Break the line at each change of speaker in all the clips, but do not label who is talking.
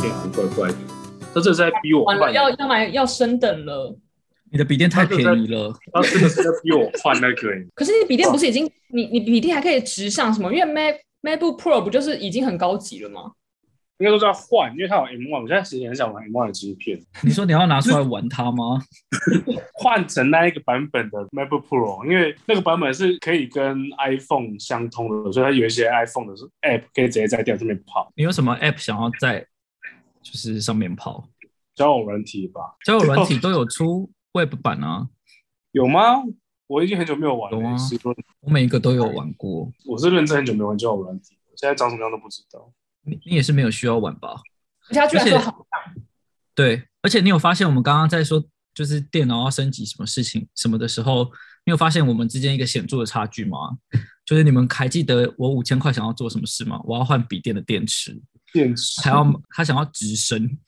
电好像怪怪的，他这是在逼我
完了
换，
要要买要升等了。
你的笔电太便宜了，
他真的是在逼我换那个、欸。
可是你笔电不是已经你你笔电还可以直上什么？因为 Mac MacBook Pro 不就是已经很高级了吗？
应该都是要换，因为它有 M one，我现在其实很想玩 M one 的晶片，
你说你要拿出来玩它吗？
换成那一个版本的 MacBook Pro，因为那个版本是可以跟 iPhone 相通的，所以它有一些 iPhone 的 App 可以直接在电脑上面跑，
你有什么 App 想要在就是上面跑？
交友软体吧？
交友软体都有出 Web 版啊，
有吗？我已经很久没有玩
有
了、
啊
十多年
我每一个都有玩过。
我是认真很久没玩交友软体了，现在长什么样都不知道。
你你也是没有需要玩吧？
而且它居然
而且
说好，
对，而且你有发现我们刚刚在说就是电脑要升级什么事情什么的时候，你有发现我们之间一个显著的差距吗？ 就是你们还记得我五千块想要做什么事吗？我要换笔电的电池，
电池
还要他想要直升，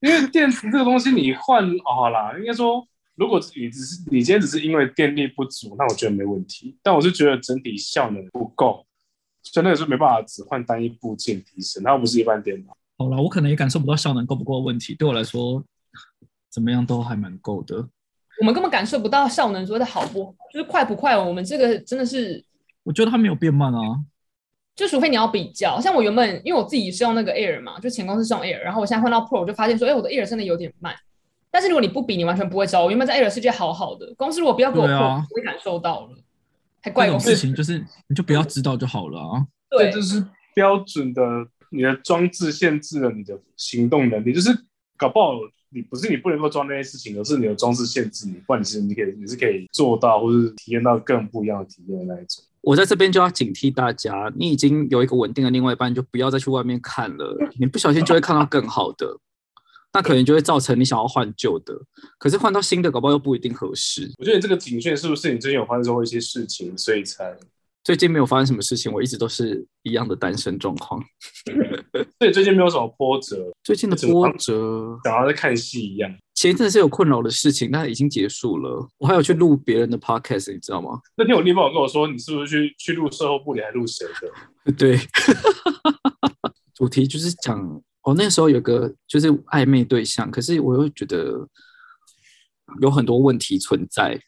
因为电池这个东西，你换哦好啦，应该说，如果你只是你今天只是因为电力不足，那我觉得没问题。但我是觉得整体效能不够，所以那个是没办法只换单一部件提升，它又不是一般电脑。
好了，我可能也感受不到效能够不够的问题，对我来说，怎么样都还蛮够的。
我们根本感受不到效能说的好不好，就是快不快。我们这个真的是，
我觉得它没有变慢啊，
就除非你要比较，像我原本因为我自己是用那个 Air 嘛，就前公司是用 Air，然后我现在换到 Pro，我就发现说，哎、我的 Air 真的有点慢。但是如果你不比，你完全不会知道。我原本在 Air 世界好好的，公司如果不要给我
对
Pro，、
啊
我不会感受到了，还怪
这
公
种
司
事。情就是你就不要知道就好了啊。
对
这，就是标准的你的装置限制了你的行动能力，就是搞不好你不是你不能够装那些事情，而是你的装置限制你，不然你是你可以你是可以做到，或是体验到更不一样的体验的那一种。
我在这边就要警惕大家，你已经有一个稳定的另外一半，就不要再去外面看了。你不小心就会看到更好的，那可能就会造成你想要换旧的，可是换到新的，搞不好又不一定合适。
我觉得你这个警讯是不是你最近有发生过一些事情，所以才
最近没有发生什么事情，我一直都是一样的单身状况。
对，最近没有什么波折，
最近的波折，
想要在看戏一样。
前一阵是有困扰的事情，但已经结束了。我还有去录别人的 podcast，你知道吗？
那天我另一半有跟我说，你是不是去去录售后部，你还录谁的？
对，主题就是讲哦，那时候有个就是暧昧对象，可是我又觉得有很多问题存在，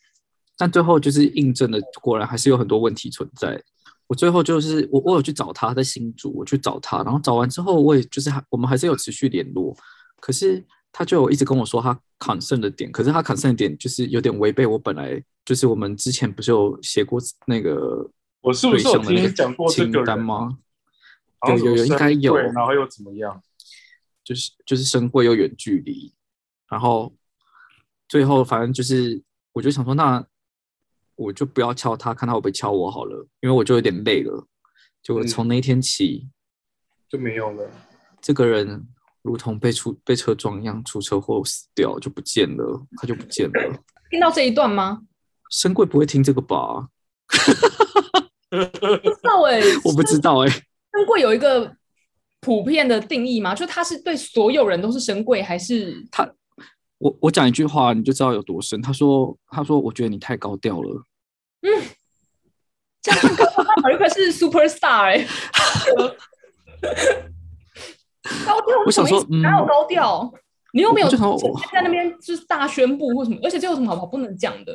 但最后就是印证了，果然还是有很多问题存在。我最后就是我我有去找他，在新竹，我去找他，然后找完之后，我也就是还我们还是有持续联络，可是他就有一直跟我说他 concern 的点，可是他 concern 的点就是有点违背我本来就是我们之前不是有写过那个
我是不是有听你讲过这
清
个
单
人？
吗？
好像什么
有有有应该有
对然后又怎么样？
就是就是深贵又远距离，然后最后反正就是我就想说，那我就不要敲他，看他会不会敲我好了，因为我就有点累了。就
嗯
从那一天起，
就没有了。
这个人如同被出被车撞一样出车祸死掉，就不见了，他就不见了。
听到这一段吗？
深贵不会听这个吧？
不知道 哎、
我不知道哎、
深贵有一个普遍的定义吗？就它是对所有人都是神贵，还是
我我讲一句话你就知道有多深。他说他说我觉得你太高调了。
这样看哥他好像可是 super star 哎、高调
我
是什
想
么意思
说？嗯
哪有高调？你又没有
我就
直
想说
接在那边就是大宣布或什么，而且这有什么好好不能讲的？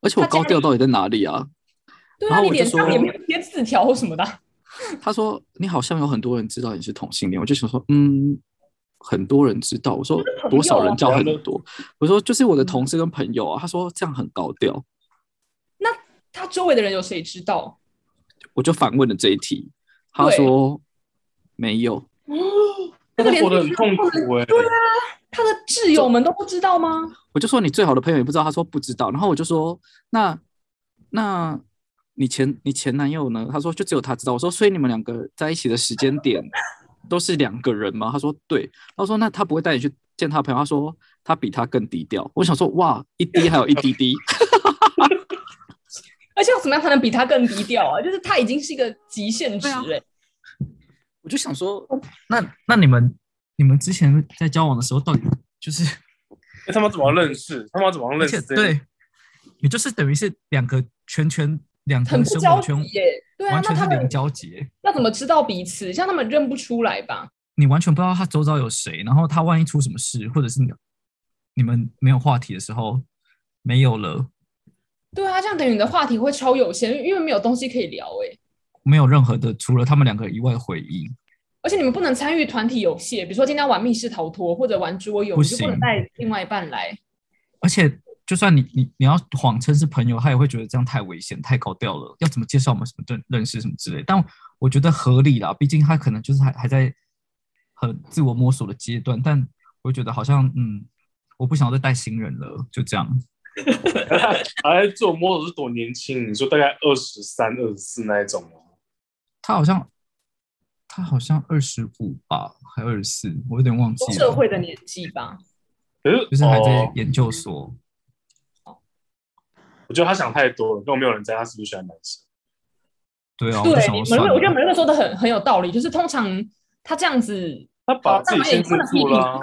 而且我
他家
高调到底在哪里啊？
对
然
啊，
后
你
我就
脸
说
上也没有贴字条或什么的啊，
他说你好像有很多人知道你是同性恋，我就想说，嗯，很多人知道。我说
朋友啊啊嗯
多少人叫很
然后呢
多？我说就是我的同事跟朋友啊。他说这样很高调，
他周围的人有谁知道？
我就反问了这一题。他说没有，
这
他
个连
活得很痛苦哎、
他的挚友们都不知道吗？
我就说你最好的朋友也不知道。他说不知道。然后我就说那那你前你前男友呢？他说就只有他知道。我说所以你们两个在一起的时间点都是两个人吗？他说对。他说那他不会带你去见他朋友？他说他比他更低调。我想说哇，一滴还有一滴滴。
而且要怎么样才能比他更低调啊？就是他已经是一个极限值
对啊
哎、
我就想说，
那那你们你们之前在交往的时候，到底就是
欸他们怎么认识？他们怎么
而
认
且
识？，
对，也就是等于是两个圈圈，两
很
个
不
生
交
活
集
圈
耶、对啊，
完
那
全
他
是
们
零交集欸。
要怎么知道彼此？像他们认不出来吧？
你完全不知道他周遭有谁，然后他万一出什么事，或者是你你们没有话题的时候，没有了，
对啊，这样等于你的话题会超有限，因为因为没有东西可以聊哎、
没有任何的除了他们两个以外的回忆。
而且你们不能参与团体游戏，欸比如说今天要玩密室逃脱或者玩桌游，
不
你就不
行
能带另外一半来。
而且，就算你你你要谎称是朋友，他也会觉得这样太危险、太高调了。要怎么介绍我们什么认认识什么之类？但我觉得合理啦，毕竟他可能就是还还在很自我摸索的阶段。但我觉得好像嗯，我不想再带新人了，就这样。
还在做摸索是多年轻？你说大概二十三、二十四那一种吗？
他好像他好像二十五吧，还二十四，我有点忘记
出
了。
社会的年纪吧，
可是
就是还在
哦，
研究所。
我觉得他想太多了，根本没有人知道他是不是喜欢男生。
对啊，我就
对，
想
你
说
们
算
瑞，
了
我觉得你们瑞说的很很有道理，就是通常他这样子，
他把自己限制住了啊、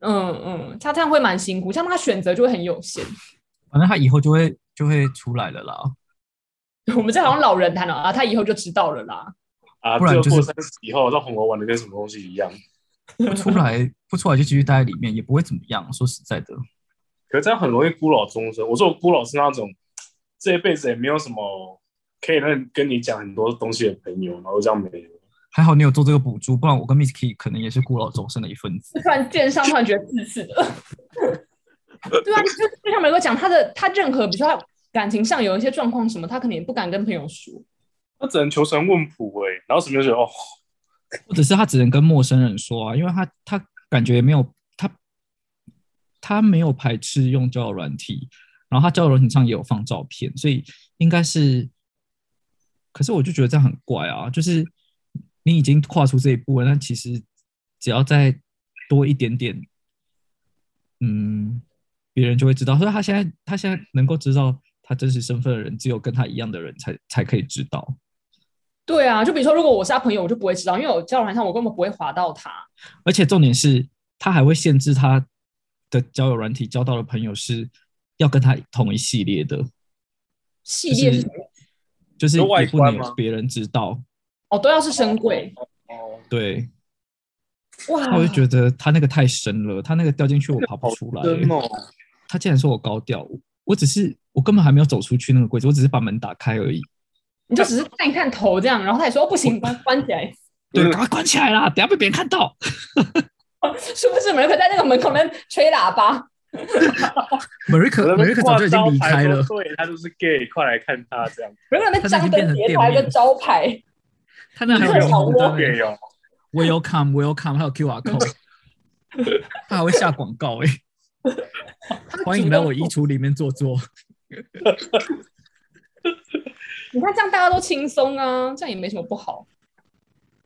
嗯嗯，他这样会蛮辛苦，这样他选择就会很有限。
反正他以后就会就会出来了啦。
我们这好像老人谈了啊，他以后就知道了啦。
啊！
不然
这
就是
个过三十以后，让红楼玩的跟什么东西一样。
不出来不出来就继续待在里面，也不会怎么样。说实在的，
可是这样很容易孤老终生。我说我孤老是那种这一辈子也没有什么可以让跟你讲很多东西的朋友，然后这样没有。
还好你有做这个补助，不然我跟 Miss Key 可能也是孤老终生的一份子。
突然见上，突然觉得自私 的。对啊，就就像美哥讲，他的他任何，比如说他感情上有一些状况什么，他可能也不敢跟朋友说。
他只能求神问卜哎、然后什么就觉得哦，
或者是他只能跟陌生人说啊，因为他他感觉没有他他没有排斥用交友软体，然后他交友软体上也有放照片，所以应该是。可是我就觉得这样很怪啊，就是你已经跨出这一步了，但其实只要再多一点点，嗯，别人就会知道。所以他现在他现在能够知道他真实身份的人，只有跟他一样的人才才可以知道。
对啊，就比如说，如果我是他朋友，我就不会知道，因为我交友软件上我根本不会划到他。
而且重点是，他还会限制他的交友软体交到的朋友是要跟他同一系列的，
系
就
列是
是
什么
就是
有外
也不能
观吗
有别人知道。
哦，都要是深柜
哦，
对，
哇！
那我就觉得他那个太深了，他那个掉进去我爬不出来。
真哦，
他竟然说我高调，我我只是我根本还没有走出去那个柜子，我只是把门打开而已。
你就只是看一看头这样，然后他也说、哦、不行，关关起来。
对，
嗯
赶快关起来啦，等下被别人看到。
是不是门可在那个门口那边吹喇叭？
Marika Marika 早就已经离开了，
对他就是 gay，快来看他这样。
门口那边张
他那已经
灯
变成
结
店
台
面
跟招牌，
他那还有
你看
荧幕在那里
gay 哦，
Welcome Welcome，还有 QR code，他还会下广告哎、欢迎来我衣橱里面坐坐。
你看这样大家都轻松啊，这样也没什么不好。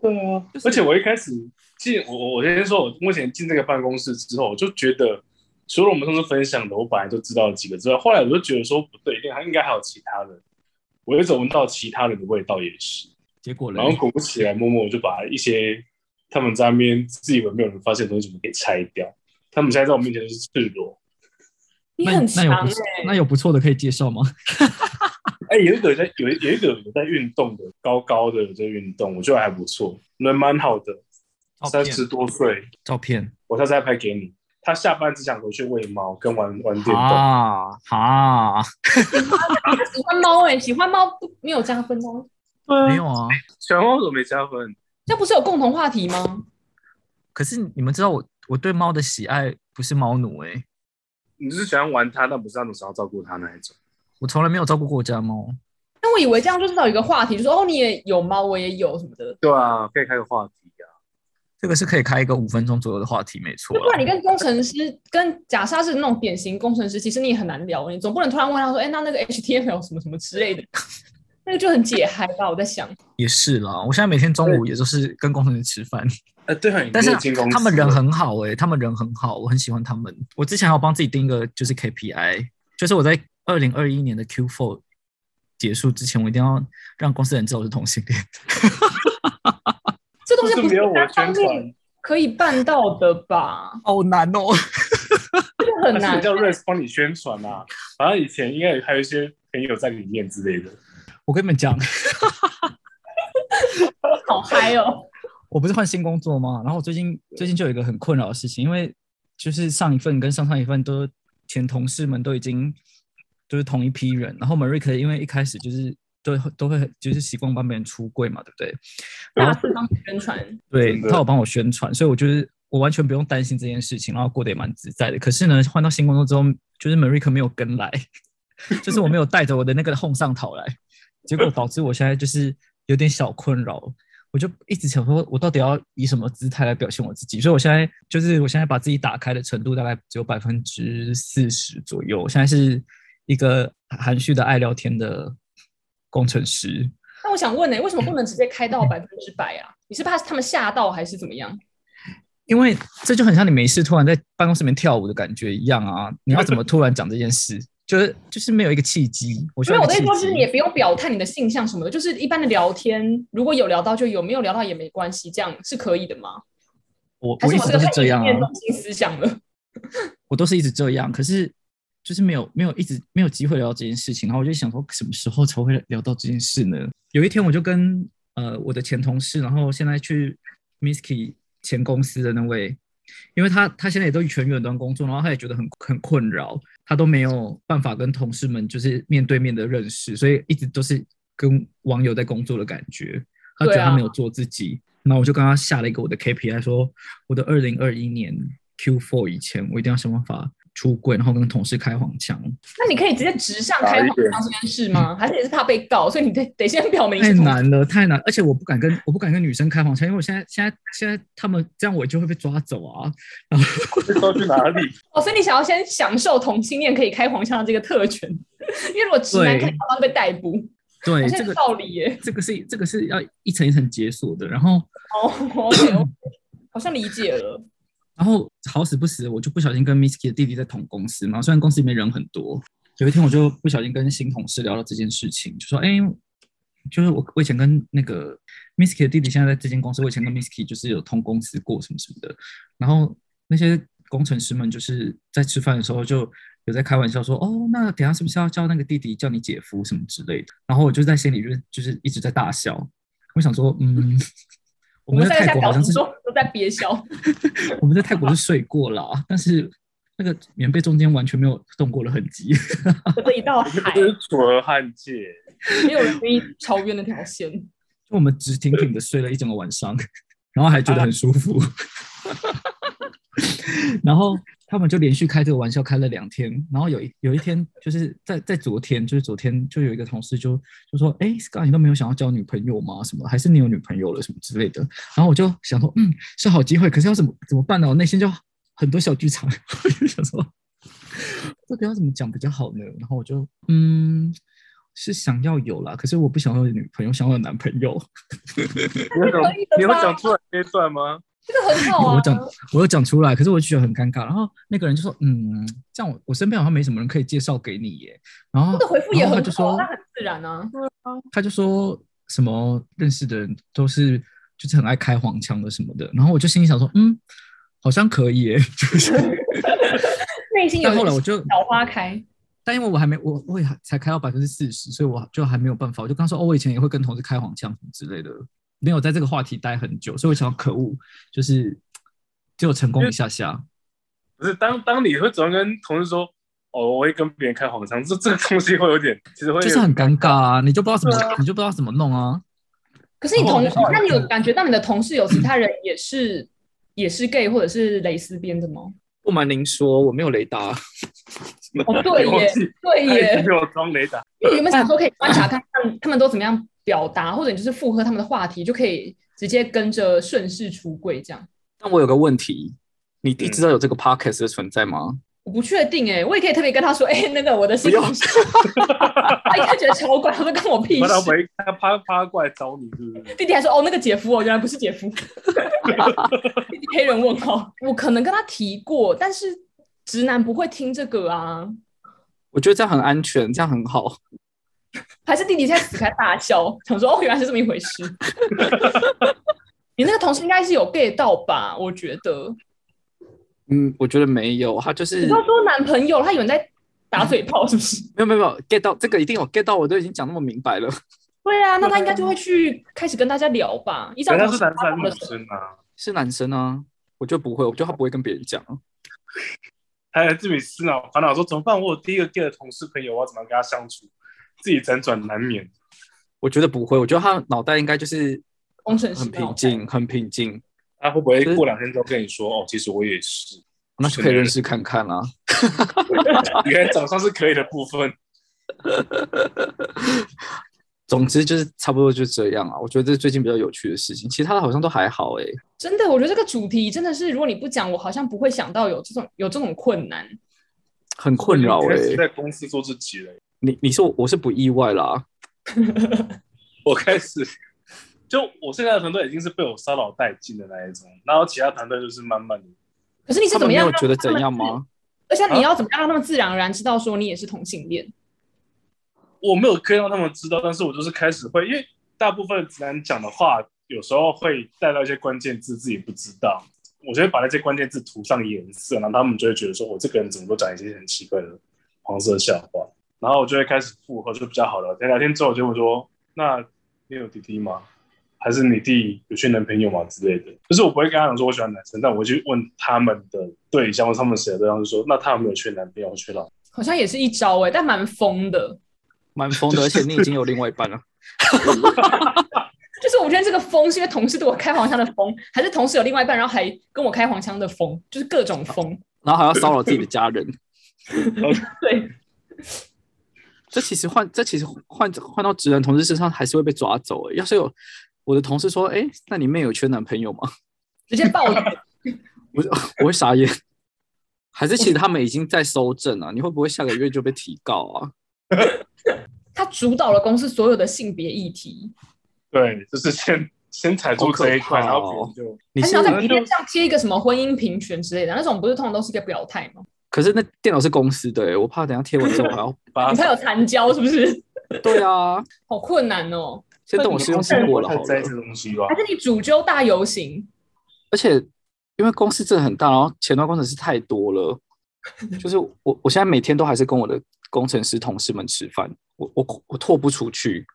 对啊，
就是
而且我一开始进我我我先说，我目前进这个办公室之后，我就觉得除了我们上次分享的，我本来就知道几个之外，后来我就觉得说不对，一定还应该还有其他人。我一直闻到其他人的味道也是，
结果嘞
然，后果不其然，默默我就把一些他们在那边自以为没有人发现的东西，全部给拆掉。他们现在在我面前就是赤裸，
你
那
很
那有
强哎、
不错那有不错的可以介绍吗？
哎、有一个有在有一有一个有在运动的，高高的有在运动，我觉得还不错，人蛮好的，
哦
三十多岁，
照片
我下次再拍给你。他下班只想回去喂猫跟玩玩电动，
啊啊，
他喜欢猫哎、喜欢猫不没有加分哦。
对
没
啊，
有啊。
小猫怎么没加分？
这不是有共同话题吗？
可是你们知道我我对猫的喜爱不是猫奴哎、
你就是喜欢玩它，但不是那种想要照顾它那一种。
我从来没有照顾过我家猫。
但我以为这样就至少有一个话题，就说哦你也有猫，我也有什么的。
对啊，可以开个话题啊。
这个是可以开一个五分钟左右的话题，没错
就
啦。
不然你跟工程师，跟假设他是那种典型工程师，其实你也很难聊，你总不能突然问他说，哎、那那个 HTML 什么什么之类的， 那个就很解嗨吧。我在想，
也是啦，我现在每天中午也就是跟工程师吃饭，
呃，对啊，
但
你
是
没有进公司
他们人很好哎、他们人很好，我很喜欢他们。我之前还有帮自己定一个就是 KPI，就是我在二零二一年的 Q4 结束之前，我一定要让公司的人知道我是同性恋。
这
就
东西
是
不
没
是
有我
单方
宣
面
传，
可以办到的吧？
好难 哦！
这个很
但是
难
人。叫 Rest 帮你宣传啊。反正以前应该还有一些朋友在里面之类的。
我跟你们讲，
好嗨哦！
我不是换新工作吗？然后我最近最近就有一个很困扰的事情，因为就是上一份跟上上一份都前同事们都已经就是同一批人，然后 m a r i k 因为一开始就是都都会就是习惯帮别人出柜嘛，对不对？
啊
大肆帮你宣传，
对
真的
他有帮我宣传，所以我就是我完全不用担心这件事情，然后过得也蛮自在的。可是呢，换到新工作之后，就是 Marika 没有跟来， 就是我没有带着我的那个 home 上讨来，结果导致我现在就是有点小困扰。我就一直想说，我到底要以什么姿态来表现我自己？所以我现在就是我现在把自己打开的程度大概只有百分之四十左右。我现在是一个含蓄的爱聊天的工程师。
那我想问欸呢、为什么不能直接开到百分之百啊？你是怕他们吓到还是怎么样？
因为这就很像你没事突然在办公室里面跳舞的感觉一样啊！你要怎么突然讲这件事？就是就是没有一个契机，我需
没
要
有，我
一个
的意
契
思就是你
机
也。不用表态你的性向什么的，就是一般的聊天，如果有聊到就有，没有聊到也没关系，这样是可以的吗？
我
还
我
是
一
我
直都是
太
这样
片
啊
中，心思想了？
我都是一直这样，可是就是没有没有一直没有机会聊到这件事情，然后我就想说什么时候才会聊到这件事呢？有一天我就跟呃我的前同事，然后现在去 Misky 前公司的那位，因为他他现在也都全远端工作，然后他也觉得很很困扰，他都没有办法跟同事们就是面对面的认识，所以一直都是跟网友在工作的感觉，他觉得
对啊
他没有做自己。那我就跟他下了一个我的 KPI，说我的二零二一年 Q4 以前，我一定要想办法出柜，然后跟同事开黄腔。
那你可以直接直上开
好一点
黄腔这件事吗？还是也是怕被告，所以你得得先表明
太
是同
难了，太难，而且我不敢跟我不敢跟女生开黄腔，因为我现在现在现在他们这样我就会被抓走啊。
说去哪里？
哦，所以你想要先享受同性恋可以开黄腔的这个特权， 因为如果直男
对
开黄腔就被逮捕，
对，
好
这
像有
个
道理耶。
这个是这个是要一层一层解锁的。然后
哦，OK，好像理解了。
然后好死不死，我就不小心跟 Misky 的弟弟在同公司嘛，虽然公司里面人很多，有一天我就不小心跟新同事聊到这件事情，就说：“哎、就是我我以前跟那个 Misky 的弟弟现在在这间公司，我以前跟 Misky 就是有同公司过什么什么的。”然后那些工程师们就是在吃饭的时候就有在开玩笑说：“哦，那等一下是不是要叫那个弟弟叫你姐夫什么之类的？”然后我就在心里就是就是一直在大笑，我想说，嗯。我
我
们
们
在
现在
泰
在
国好
表
像
情
是
说都在憋笑，
我们在泰国是睡过了啊，但是那个棉被中间完全没有动过的痕迹。
隔着一道 海，
这是楚河汉界，
没有人愿意超越那条线。
就我们直挺挺的睡了一整个晚上， 然后还觉得很舒服。 然后他们就连续开这个玩笑开了两天，然后有一有一天就是在在昨天，就是昨天就有一个同事就就说：“哎，Scar，你都没有想要交女朋友吗？什么还是你有女朋友了什么之类的？”然后我就想说：“嗯，是好机会，可是要怎么怎么办呢？”我内心就很多小剧场， 我就想说到底要怎么讲比较好呢？然后我就嗯。是想要有啦，可是我不想要有女朋友，想要有男朋友。
你会讲
可以
你
的吧
会讲出来这一段吗？
这个很好
我
啊，
讲，我有讲出来，可是我就觉得很尴尬。然后那个人就说：“嗯，这样我我身边好像没什么人可以介绍给你耶。”然后
这个回复也
然后
很
他就
好啊，
说
那很自然啊。
他就说什么认识的人都是就是很爱开黄腔的什么的。然后我就心里想说：“嗯，好像可以耶。”就是，
内心有
但后来
一
我
个
就
小花开，
但因为我还没我我也还才开到百分之四十，所以我就还没有办法。我就刚说哦，我以前也会跟同事开黄腔什么之类的，没有在这个话题待很久，所以我想可恶，就是只有成功一下下。
不是，当当你会主动跟同事说，哦，我会跟别人开黄腔，这这个东西会有点，其实会有
就是很尴尬啊，你就不知道怎么，你就不知道怎么弄啊。
可是你
然后
同
我就想，
那你有感觉到你的同事有其他人也是也是 gay 或者是蕾丝边的吗？
不瞒您说，我没有雷达，
哦，对
忘
耶，
记
对
他已
耶
经。有装雷达，
因为原本想说可以观察看他们他们都怎么样表达，或者你就是附和他们的话题，就可以直接跟着顺势出柜这样。
但我有个问题，你你
嗯
知道有这个 podcast 的存在吗？
我不确定哎、我也可以特别跟他说，哎、那个我的新同事，他应该觉得超怪，他说跟我屁
不然他
事。
回他趴趴过来找你，是不是？
弟弟还说，哦，那个姐夫哦，原来不是姐 夫。弟弟黑人问号，我可能跟他提过，但是直男不会听这个啊。
我觉得这样很安全，这样很好。
还是弟弟现在死开大笑，想说哦，原来是这么一回事。 你那个同事应该是有 get 到吧？我觉得，
嗯，我觉得没有，他就是
你不要说男朋友，他以为你在打嘴炮是不是？
没有没有没有 get 到这个一定有 get 到，我都已经讲那么明白了。
对啊，那他应该就会去开始跟大家聊吧。依照
人家
我
是男生还是
的
女生啊？
是男生啊，我就不会，我觉得他不会跟别人讲。啊
还有自己思考烦恼说怎么办？我有第一个 gay 的同事朋友，我要怎么跟他相处？自己辗转难眠。
我觉得不会，我觉得他脑袋应该就是
工程师
很
脑袋
平静，很平静，
他会不会过两天之后跟你说哦，其实我也是，
那就可以认识看看啊啦、
原来长相是可以的部分。
总之就是差不多就这样啊。我觉得这是最近比较有趣的事情，其他的好像都还好哎、
真的，我觉得这个主题真的是，如果你不讲，我好像不会想到有这种有这种困难。
很 困扰
我
哎、
开始在公司做自己了。
你你说我是不意外啦，
我开始就我现在的团队已经是被我骚扰殆尽的那一种，然后其他团队就是慢慢的，
可是你是
他
怎么
们没
样啊
有
让
觉得
他
怎
们
样
自？
吗？
而
啊
且你要怎么样让他们自然而然知道说你也是同性恋？
我没有可以让他们知道，但是我就是开始会，因为大部分直男讲的话，有时候会带到一些关键字自己不知道，我就会把那些关键字涂上颜色，然后他们就会觉得说我这个人怎么都讲一些很奇怪的黄色笑话，然后我就会开始附和，就比较好聊天。聊天之后我就会说，那你有弟弟吗？还是你弟有去男朋友吗之类的？就是我不会跟他讲说我喜欢男生，但我会去问他们的对象，或他们谁的对象，就说那他有没有去男朋友去老
好像也是一招哎、但蛮疯的。
蛮疯的，而且你已经有另外一半了。
就是我觉得这个疯是因为同事对我开黄腔的疯，还是同事有另外一半，然后还跟我开黄腔的疯，就是各种疯。
然后还要骚扰自己的家人。
对，
这其实换这其实换换到直男同志身上还是会被抓走、欸。要是有我的同事说：“哎、那你妹有缺男朋友吗
直接爆点。？”
我会傻眼。还是其实他们已经在收证啊？你会不会下个月就被提告啊？
他主导了公司所有的性别议题，
对，就是先先踩住这一块，
好可怕
然
哦
后别人就
你
他
是
想哎要在
可能
名
就
片上贴一个什么婚姻平权之类的，那种不是通常都是一个表态吗？
可是那电脑是公司的、欸，我怕等一下贴完之 后还要
把
你朋友残交是不是？
对啊，
好困难哦。
先等我试用期过了好
在
了哎
这。东西吧
还。是你主揪大游行？
而且因为公司真的很大，然后前端工程师太 多了，就是我我现在每天都还是跟我的工程师同事们吃饭，我我我拓不出去。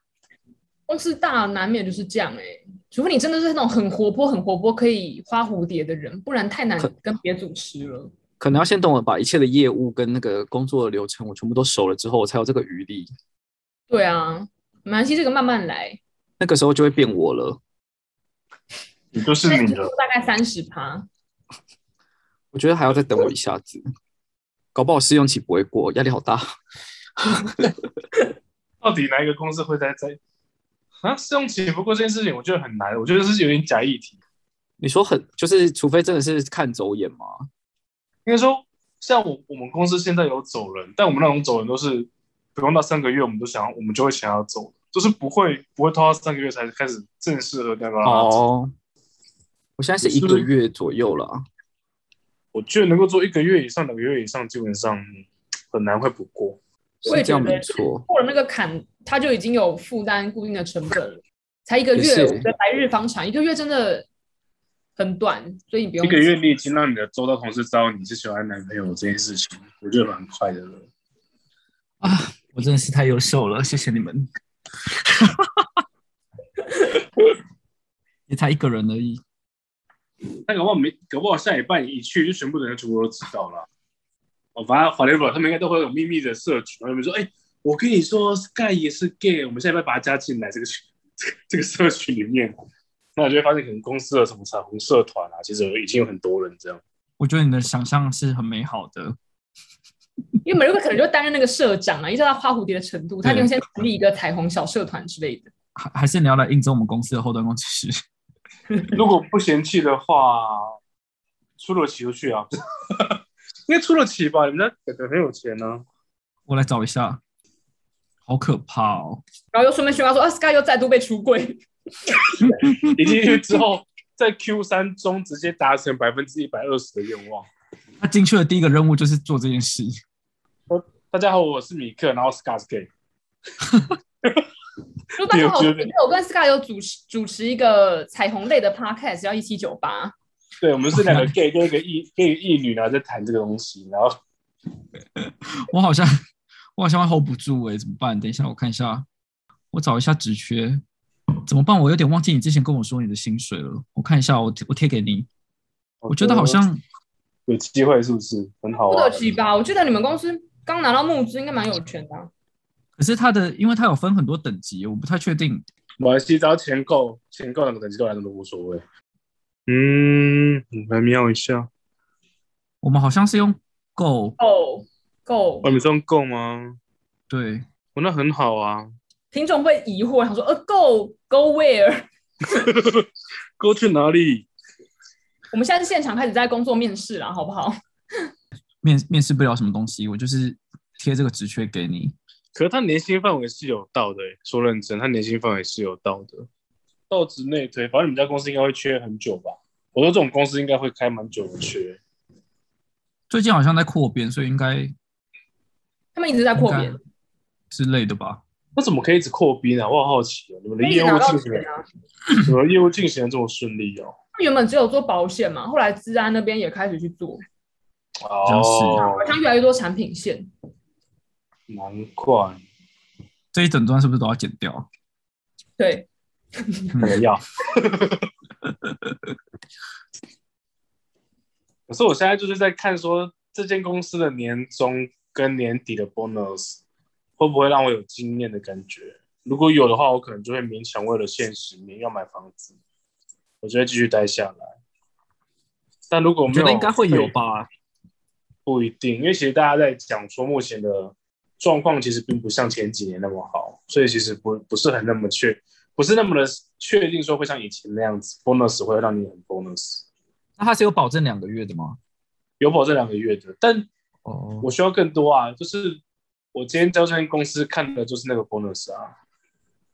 公司大难免就是这样哎、除非你真的是那种很活泼、很活泼可以花蝴蝶的人，不然太难
可
跟别组织了。
可能要先等我把一切的业务跟那个工作的流程我全部都熟了之后，我才有这个余力。
对啊，没关系，这个慢慢来。
那个时候就会变我了。
你就是
现
哎
在
你
进
的
度，大概三十趴，
我觉得还要再等我一下子，搞不好试用期不会过，压力好大。
到底哪一个公司会在在啊？试用期不过这件事情，我觉得很难，我觉得是有点假议题。
你说很就是，除非真的是看走眼嘛？
应该说，像我我们公司现在有走人，但我们那种走人都是不用到三个月，我们都想要我们就会想要走，就是不会不会拖到三个月才开始正式的那个。，
哦，我现在是一
是
个
不是
月左右了啊，
我觉得能够做一个月以上、两个月以上，基本上嗯很难会不过。
我也
是这样
觉得
没错。
过了那个坎，他就已经有负担固定的成本了。才一个
也是
月，我觉得来日方长，一个月真的很短，所以你不用
一个月你已经让你的周遭同事知道你是喜欢男朋友这件事情，我觉得蛮快的了。
我真的是太优秀了，谢谢你们。也才一个人而已，
但搞不好没，搞不好下礼拜你一去，就全部的人全部都知道了。哦，反正 whatever，他们应该都会有秘密的社群，然后他们说：“哎、我跟你说，Sky 也是 gay，我们下礼拜把他加进来这个群，这个这个社群里面。”那我就会发现，可能公司的什么彩虹社团啊，其实已经有很多人这样。
我觉得你的想象是很美好的。
因为每个可能就担任那个社长啊，依照他花蝴蝶的程度，他
对
嗯
就先成立一个彩虹小社团之类的。
还还是你要来应征我们公司的后端工程师？
如果不嫌弃的话，出了奇就去啊， 应该出了奇吧？人家感觉很有钱啊呢、
我来找一下，好可怕哦！
然后又顺便宣告说，啊，Sky 又再度被出柜，
你进去之后，在 Q 三中直接达成百分之一百二十的愿望。
他进去的第一个任务就是做这件事，
大家好，我是米克，然后 Scott 是 gay，
就大家好，
有
我
觉得
跟 Sky 有主持主持一个彩虹类的 podcast，叫一七九八。
对我们是两个 gay 跟一个异跟一个异女，然后在谈这个东西，然后
欸我好像我好像会 hold 不住哎、怎么办？等一下我看一下，
我找一下职缺，怎么办？我有点忘记你之前跟我说你的薪水了，我看一下，我我贴给你。我觉得好像
有机会，是不是很好
不
啊
得？其吧？我记得你们公司刚拿到募资，应该蛮有权的啊、
可是它的，因为它有分很多等级，我不太确定。
马来西亚只要钱够，钱够两个等级对我来说都无所谓。嗯，我来瞄一下，
我们好像是用 Go
够够
我，哦们这样够吗？
对，
我那很好啊。
听众会疑惑，想说呃够 go where？
Go 去哪里？
我们现在是现场开始在工作面试啦，好不好？
面面试不了什么东西，我就是贴这个职缺给你。
可是他年薪范围是有到的、欸，说认真，他年薪范围是有到的。到职内推，反正你们家公司应该会缺很久吧？我说这种公司应该会开蛮久的缺。
最近好像在扩编，所以应该
他们一直在扩编
应，之类的吧。
那怎么可以一直扩兵啊？我好好奇哦、你们
因
的业
为一直
务
拿到
进
钱
行，
啊。
你们的业务进行得这么顺利哦、
他们原本只有做保险嘛，后来治安那边也开始去做，
像是
哦
好，像越来越多产品线。
难怪
这一整段是不是都要剪掉？
对，
可能要。 可是我现在就是在看说，这间公司的年终跟年底的 bonus 会不会让我有经验的感觉？如果有的话，我可能就会勉强为了现实面要买房子，我就会继续待下来。但如果
我
没
觉
有，
得应该会有吧。
不一定，因为其实大家在讲说目前的状况其实并不像前几年那么好，所以其实不不是很那么确，不是那么的确定说会像以前那样子 bonus 会让你很 bonus，
那它是有保证两个月的吗？
有保证两个月的，但
哦，
我需要更多啊，就是我今天交这间公司看的就是那个 bonus 啊，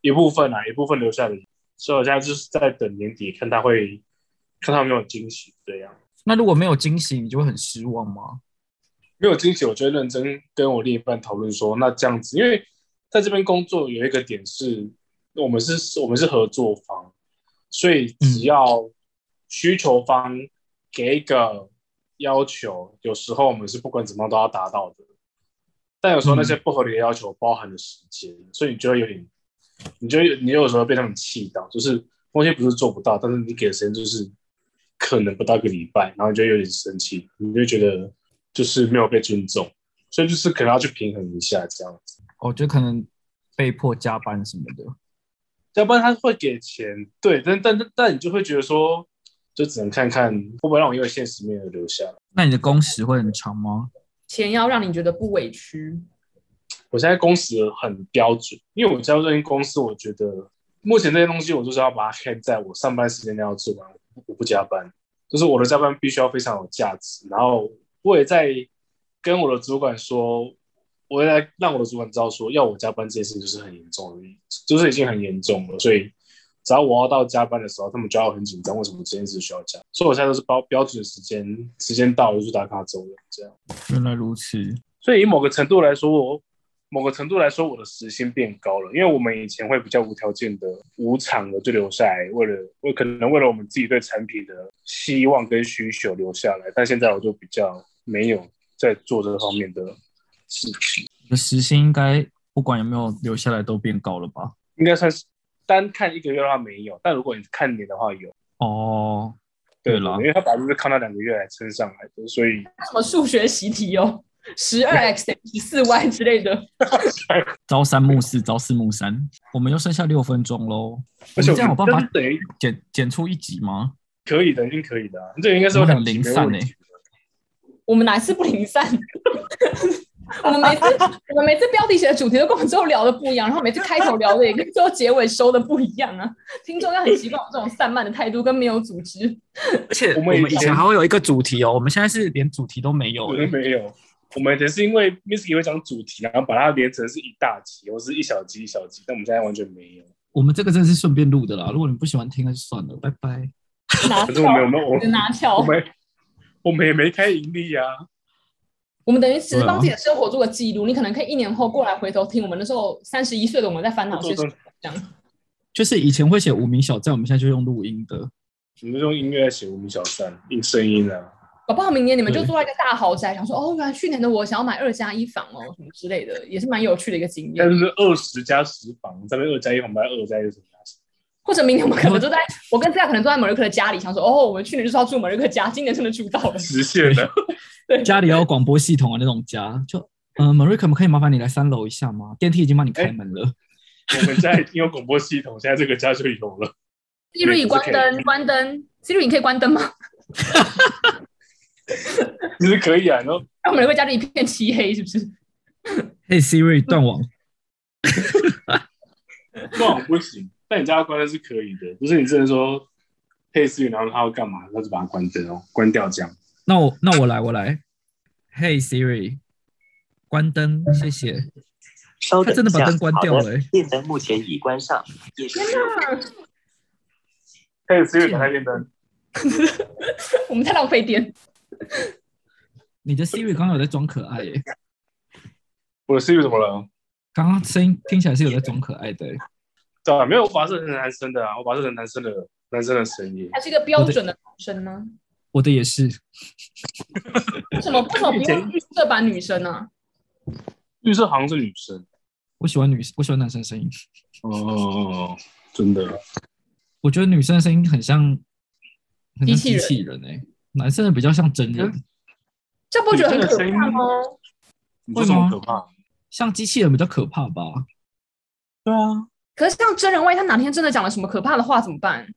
一部分啊，一部分留下的，所以我现在就是在等年底看他会看他有没有惊喜啊这样。
那如果没有惊喜，你就会很失望吗？
没有惊喜，我就会认真跟我另一半讨论说，那这样子，因为在这边工作有一个点是，我们是我们是合作方，所以只要需求方给一个要求，有时候我们是不管怎么样都要达到的。但有时候那些不合理的要求包含了时间，所以你就会有点，你就会你有时候被他们气到，就是东西不是做不到，但是你给的时间就是可能不到一个礼拜，然后你就有点生气，你就会觉得就是没有被尊重，所以就是可能要去平衡一下这样子，
我觉得哦可能被迫加班什么的。
要不然他会给钱，对，但但但但你就会觉得说，就只能看看会不会让我因为现实面而留下来。
那你的工时会很长吗？
钱要让你觉得不委屈，
我现在工时很标准，因为我加入这间公司，我觉得目前这些东西，我就是要把它 hand 在我上班时间内要做完，我不我不加班，就是我的加班必须要非常有价值。然后我也在跟我的主管说，我也在让我的主管知道说，要我加班这件事情就是很严重的，就是已经很严重了，所以。只要我要到加班的时候，他们就要很紧张，为什么这件事需要加？所以我现在都是标标准时间，时间到我就去打卡走人这样。
原来如此。
所以以某个程度来说，我某个程度来说，我的时薪变高了，因为我们以前会比较无条件的、无偿的就留下来，为了为可能为了我们自己对产品的希望跟需求留下来，但现在我就比较没有在做这方面的事情，
你的时薪应该不管有没有留下来都变高了吧？
应该算是单看一个月的话没有，但如果你看年的话有，
哦，对啦
因为他百分之靠那两个月来撑上来的，所以
什么数学习题哦，十二 x 等于四 y 之类的。
朝三暮四，朝四暮三，我们又剩下六分钟喽。
而且
我们这样有
我
办
觉得
法
等于
剪剪出一集吗？
可以的，一定可以的、啊，这个应该是有
我们
两
很
集
零
没
散
问题
欸。
我们哪一次不零散？ 我们 每次我们每次标题写的主题都跟我们最后聊的不一样，然后每次开头聊的也跟最后结尾收的不一样啊。听众要很习惯我这种散漫的态度跟没有组织。
而且
我们以前
还会有一个主题哦，我们现在是连主题都没有欸
我
了
都 没有。我们以前是因为 Misky 会讲主题，然后把它连成是一大集或是一小集一小集，但我们现在完全没有。
我们这个真的是顺便录的啦。如果你不喜欢听，那就算了，拜拜。
拿
可是我们有
翘，
没有我
就拿 翘
我。们我们也没开盈利啊。
我们等于只
对
是
啊
帮自己的生活做个记录。你可能可以一年后过来回头听我们那时
啊
候三十一岁的我们在烦恼些什么。这样
就是以前会写无名小站，我们现在就用录音的。
我们就用音乐来写我们小站，印声音啊。
搞不好明年你们就
对
住在一个大豪宅，想说哦，原来去年的我想要买二加一房哦，什么之类的，也是蛮有趣的一个经
但
验。
是二十加十房，这边二加一房，我们二加一什么加十？
或者明年我们可能就在，我跟 z 可能都在某一克的家里，想说哦，我们去年就是要住某一克家，今年真的住到了。
实现的，
家里要有广播系统啊那种家，就嗯 m a r i c a 可以麻烦你来三楼一下吗？电梯已经帮你开门了。
我们家已经有广播系统，现在这个家就有了。对
Siri 关
是可以
灯，关灯。Siri 你可以关灯吗？
其实可以啊，然后
让某一克家里一片漆黑，是不是？
哎
嘿 Siri 断网，
断网不行，但你家的关灯是可以的，就是你真的说配思语，然后他要干嘛，那就把它关灯哦，关掉这样。
那我那我来我来。嘿 Siri，关灯，谢谢。
稍
他
等
真的
一
把
下，
灯关掉
好
了、
的，
欸。
电灯目前已关上。夜市
配思语打开电灯，
我们太浪费电。
你的 Siri 刚刚有在装可爱耶、欸
我的思语怎么了？
刚刚声音听起来是有在装可爱的、欸。
对啊，没有，我把它设成男生的啊，我把它设成男生的男生的声音。
还是一个标准的男生呢？
我的也是，
为什么为什么不用预设版女生呢、
绿色好像是女生。
我喜欢女，我喜欢男生声音。
哦，真的，
我觉得女生的声音很像，很
机
像
器
机
人嗯
器人哎、男生的比较像真人。
这不觉得很
女生的
可怕
声音
吗？
你
会
说什么
吗
可怕？
像机器人比较可怕吧？
对啊，
可是像真人，万一他哪天真的讲了什么可怕的话怎么办？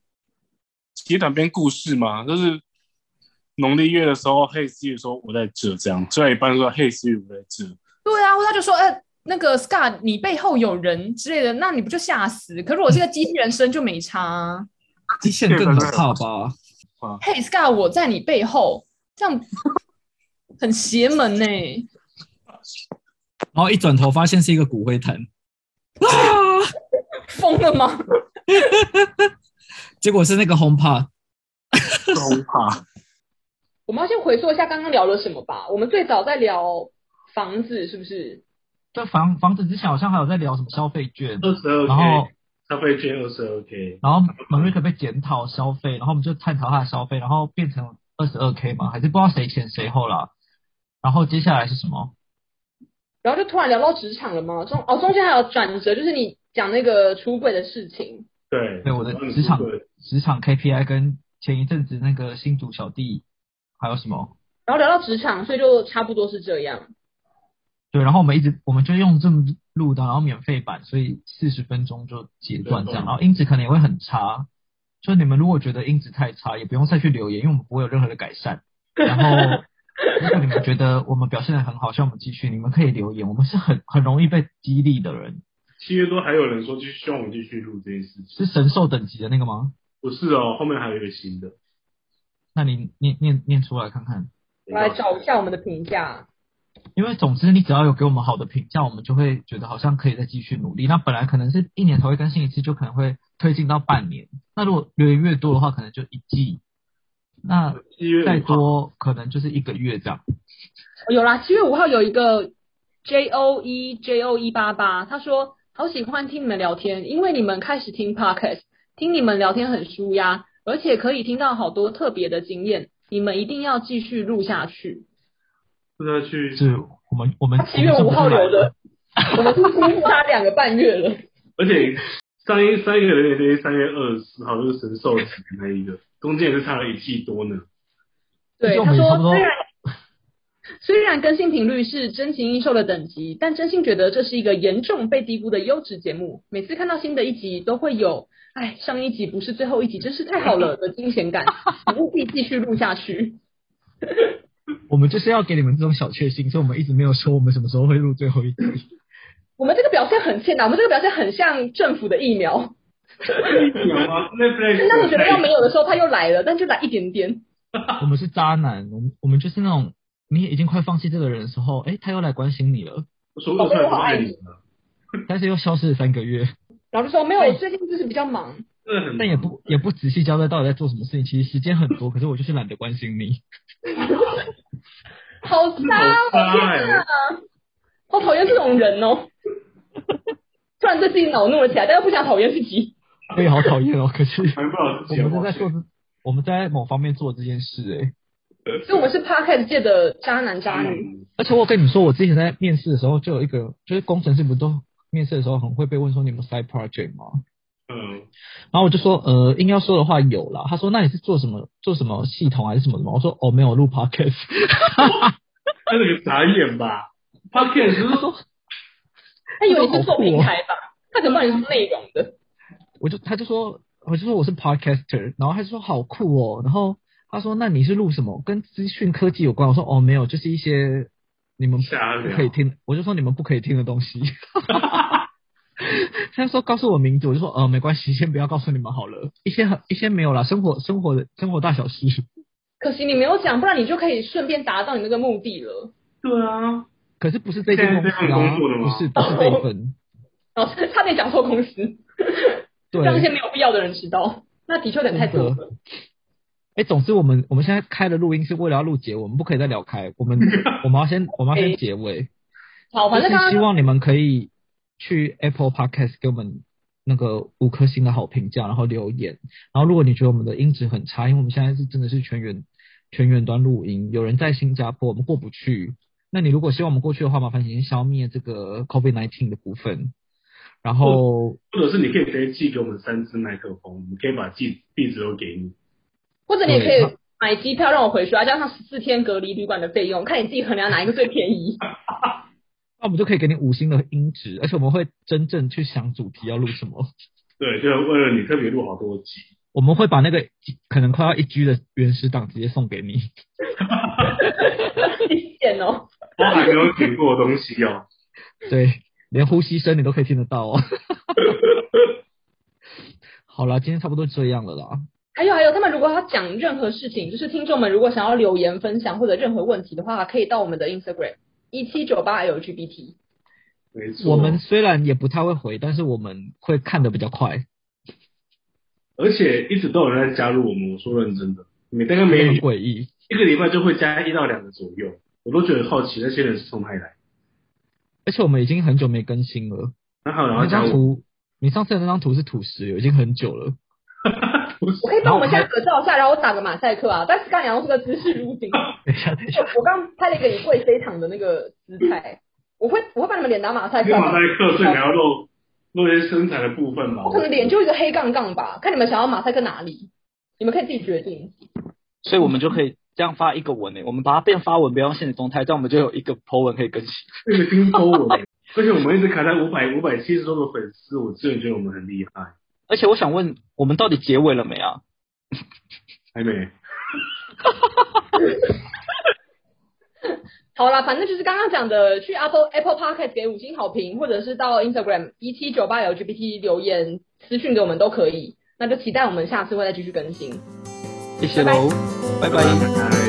写短篇故事嘛，就是农历月的时候，嘿思雨说我在这这样，虽然一般说嘿思雨我在这，
对啊，或者他就说，呃，那个 Scar，你背后有人之类的，那你不就吓死？可是我这个机器人声就没差、啊。
机器人更可怕吧？
嘿、hey,，Scar，我在你背后，这样很邪门呢、
然后一转头发现是一个骨灰坛，
疯了吗？
结果是那个轰趴。
都怕。
我们要先回溯一下刚刚聊了什么吧。我们最早在聊房子，是不是？
这房房子之前好像还有在聊什么消费券，
二十二
然后
K 消费券二十二 K，
然后 m a r i c a 被检讨消费，然后我们就探讨他的消费，然后变成二十二 K 嘛，还是不知道谁前谁后啦。然后接下来是什么？
然后就突然聊到职场了吗？中哦，中间还有转折，就是你讲那个出柜的事情。
对
对我的职场职场 KPI 跟前一阵子那个新竹小弟还有什么？
然后聊到职场，所以就差不多是这样。
对，然后我们一直我们就用这么录的，然后免费版，所以四十分钟就截断这样，然后音质可能也会很差。就你们如果觉得音质太差，也不用再去留言，因为我们不会有任何的改善。然后如果你们觉得我们表现的很好，希望我们继续，你们可以留言，我们是很很容易被激励的人，
七月多还有人说就希望我们继续录这件事情，
是神兽等级的那个吗？
不是哦，后面还有一个新的，
那你念念念出来看看，
我来找一下我们的评价。
因为总之你只要有给我们好的评价，我们就会觉得好像可以再继续努力。那本来可能是一年才会更新一次，就可能会推进到半年。那如果留言越多的话，可能就一季。那
七月
再
五号
多可能就是一个月这样。
哦有啦，七月五号有一个 J O E J O 一八八，他说好喜欢听你们聊天，因为你们开始听 podcast，听你们聊天很舒压，而且可以听到好多特别的经验，你们一定要继续录下去。
不知道去
是我们我们
他啊七月五号留的，我们是辛苦他两个半月了。
而且上一上一个人也是三月二十四号那个神兽级的那一个，中间也是差了一季多呢。
对，
就我
他
们差
说
不多
虽然虽然更新频率是真情应售的等级，但真心觉得这是一个严重被低估的优质节目。每次看到新的一集，都会有“哎，上一集不是最后一集，真是太好了”的惊险感。你务必继续录下去。
我们就是要给你们这种小确幸，所以我们一直没有说我们什么时候会录最后 一集。
我们这个表现很欠打，我们这个表现很像政府的疫苗。
那
当你觉得要没有的时候，它又来了，但就来一点点。
我们是渣男，我们我们就是那种你已经快放弃这个人的时候，哎、他又来关心你了，
我说我突然不爱你了，
但是又消失了三个月。
然后就说没有，我最近就是比较忙。
真的很
但也不也不仔细交代到底在做什么事情，其实时间很多，可是我就是懒得关心你。
好
嗯
渣
好
哦！
渣欸
天哪，好讨厌这种人 哦！突然对自己恼怒了起来，但又不想讨厌自己。
我也好讨厌哦，可是
还不好
我
吃，
们是在做这，我们在某方面做这件事哎、
所以我们是 Pocket 界的渣男渣女。
嗯
而且我跟你说，我之前在面试的时候就有一个，就是工程师不都面试的时候很会被问说你们 side project 吗？
嗯，
然后我就说，呃，硬要说的话有啦。他说，那你是做什么做什么系统还是什么什么？我说，哦，没有录 podcast。
他那个傻眼吧？Pocket 是说
他以为你是做平台吧？
啊
他可能不知道你是内容的。
我就他就说，我就说我是 podcaster，然后他就说好酷哦，然后他说那你是录什么？跟资讯科技有关？我说哦没有，就是一些你们
瞎聊
不可以听，我就说你们不可以听的东 西。他就说告诉我名字，我就说呃没关系，先不要告诉你们好了，一些很一些没有啦，生活生活的生活大小事。
可惜你没有讲，不然你就可以顺便达到你那个目的了。
对啊，
可是不是这份
现
公
在是
司
这份
啊，
工作的吗
不是不是这一份，
哦，差点讲错公司，
对，
让一些没有必要的人知道，那的确有点太多
真
了。
哎，总之我们我们现在开的录音是为了要录结尾，我们不可以再聊开， 我们我们要先我们要先结尾。
好，反正
就
刚
是希
刚
望你们可以去 Apple Podcast 给我们那个五颗星的好评价，然后留言。然后如果你觉得我们的音质很差，因为我们现在是真的是全员全员端录音，有人在新加坡，我们过不去。那你如果希望我们过去的话，麻烦请消灭这个 COVID 1 9的部分。然后
或者是你可以直接寄给我们三支麦克风，我们可以把寄地址都给你。
或者你也可
对
以买机票让我回去啊，加上十四天隔离旅馆的费用，看你自己衡量哪一个最便宜。
那我们就可以给你五星的音质，而且我们会真正去想主题要录什么。
对，就是为了你特别录好多 集。
我们会把那个可能快要一 G 的原始档直接送给你。
谢谢哦。
我还没有听过的东西哦。
对，连呼吸声你都可以听得到哦。 好了，今天差不多这样了啦。
还有还有，他们如果要讲任何事情，就是听众们如果想要留言分享或者任何问题的话，可以到我们的 Instagram 一七九八 LGBT。
没错，
我们虽然也不太会回，但是我们会看的比较快，
而且一直都有人在加入我们。我说认真的，每大概
真的
每
很诡异。
一个礼拜就会加一到两个左右，我都觉得很好奇那些人是从哪里来。
而且我们已经很久没更新了。
然后然后
那
加
张
我，
图，你上次的那张图是土石流，已经很久了。
不是
我可以帮我们现在合照一下，然后我打个马赛克啊。但是刚阳这个姿势如今，
等一下，等一下，
我刚拍了一个你跪飞躺的那个姿态，我会我会把你们脸打马赛
因
克
为
啊，
马赛克，所以你要露露一些身材的部分吧。
我可能脸就一个黑杠杠吧，看你们想要马赛克哪里，你们可以自己决定。
所以我们就可以这样发一个文诶，欸我们把它变发文，不要用现实动态，这样我们就有一个 po 文可以更新。
那个 新收我们，而且我们一直卡在五百五百七十多的粉丝，我真的觉得我们很厉害。
而且我想问，我们到底结尾了没啊？
还没，
好啦，反正就是刚刚讲的，去 Apple Apple Podcast 给五星好评，或者是到 Instagram 一七九八 LGBT 留言私讯给我们都可以。那就期待我们下次会再继续更新。
谢谢喽，拜拜
拜拜。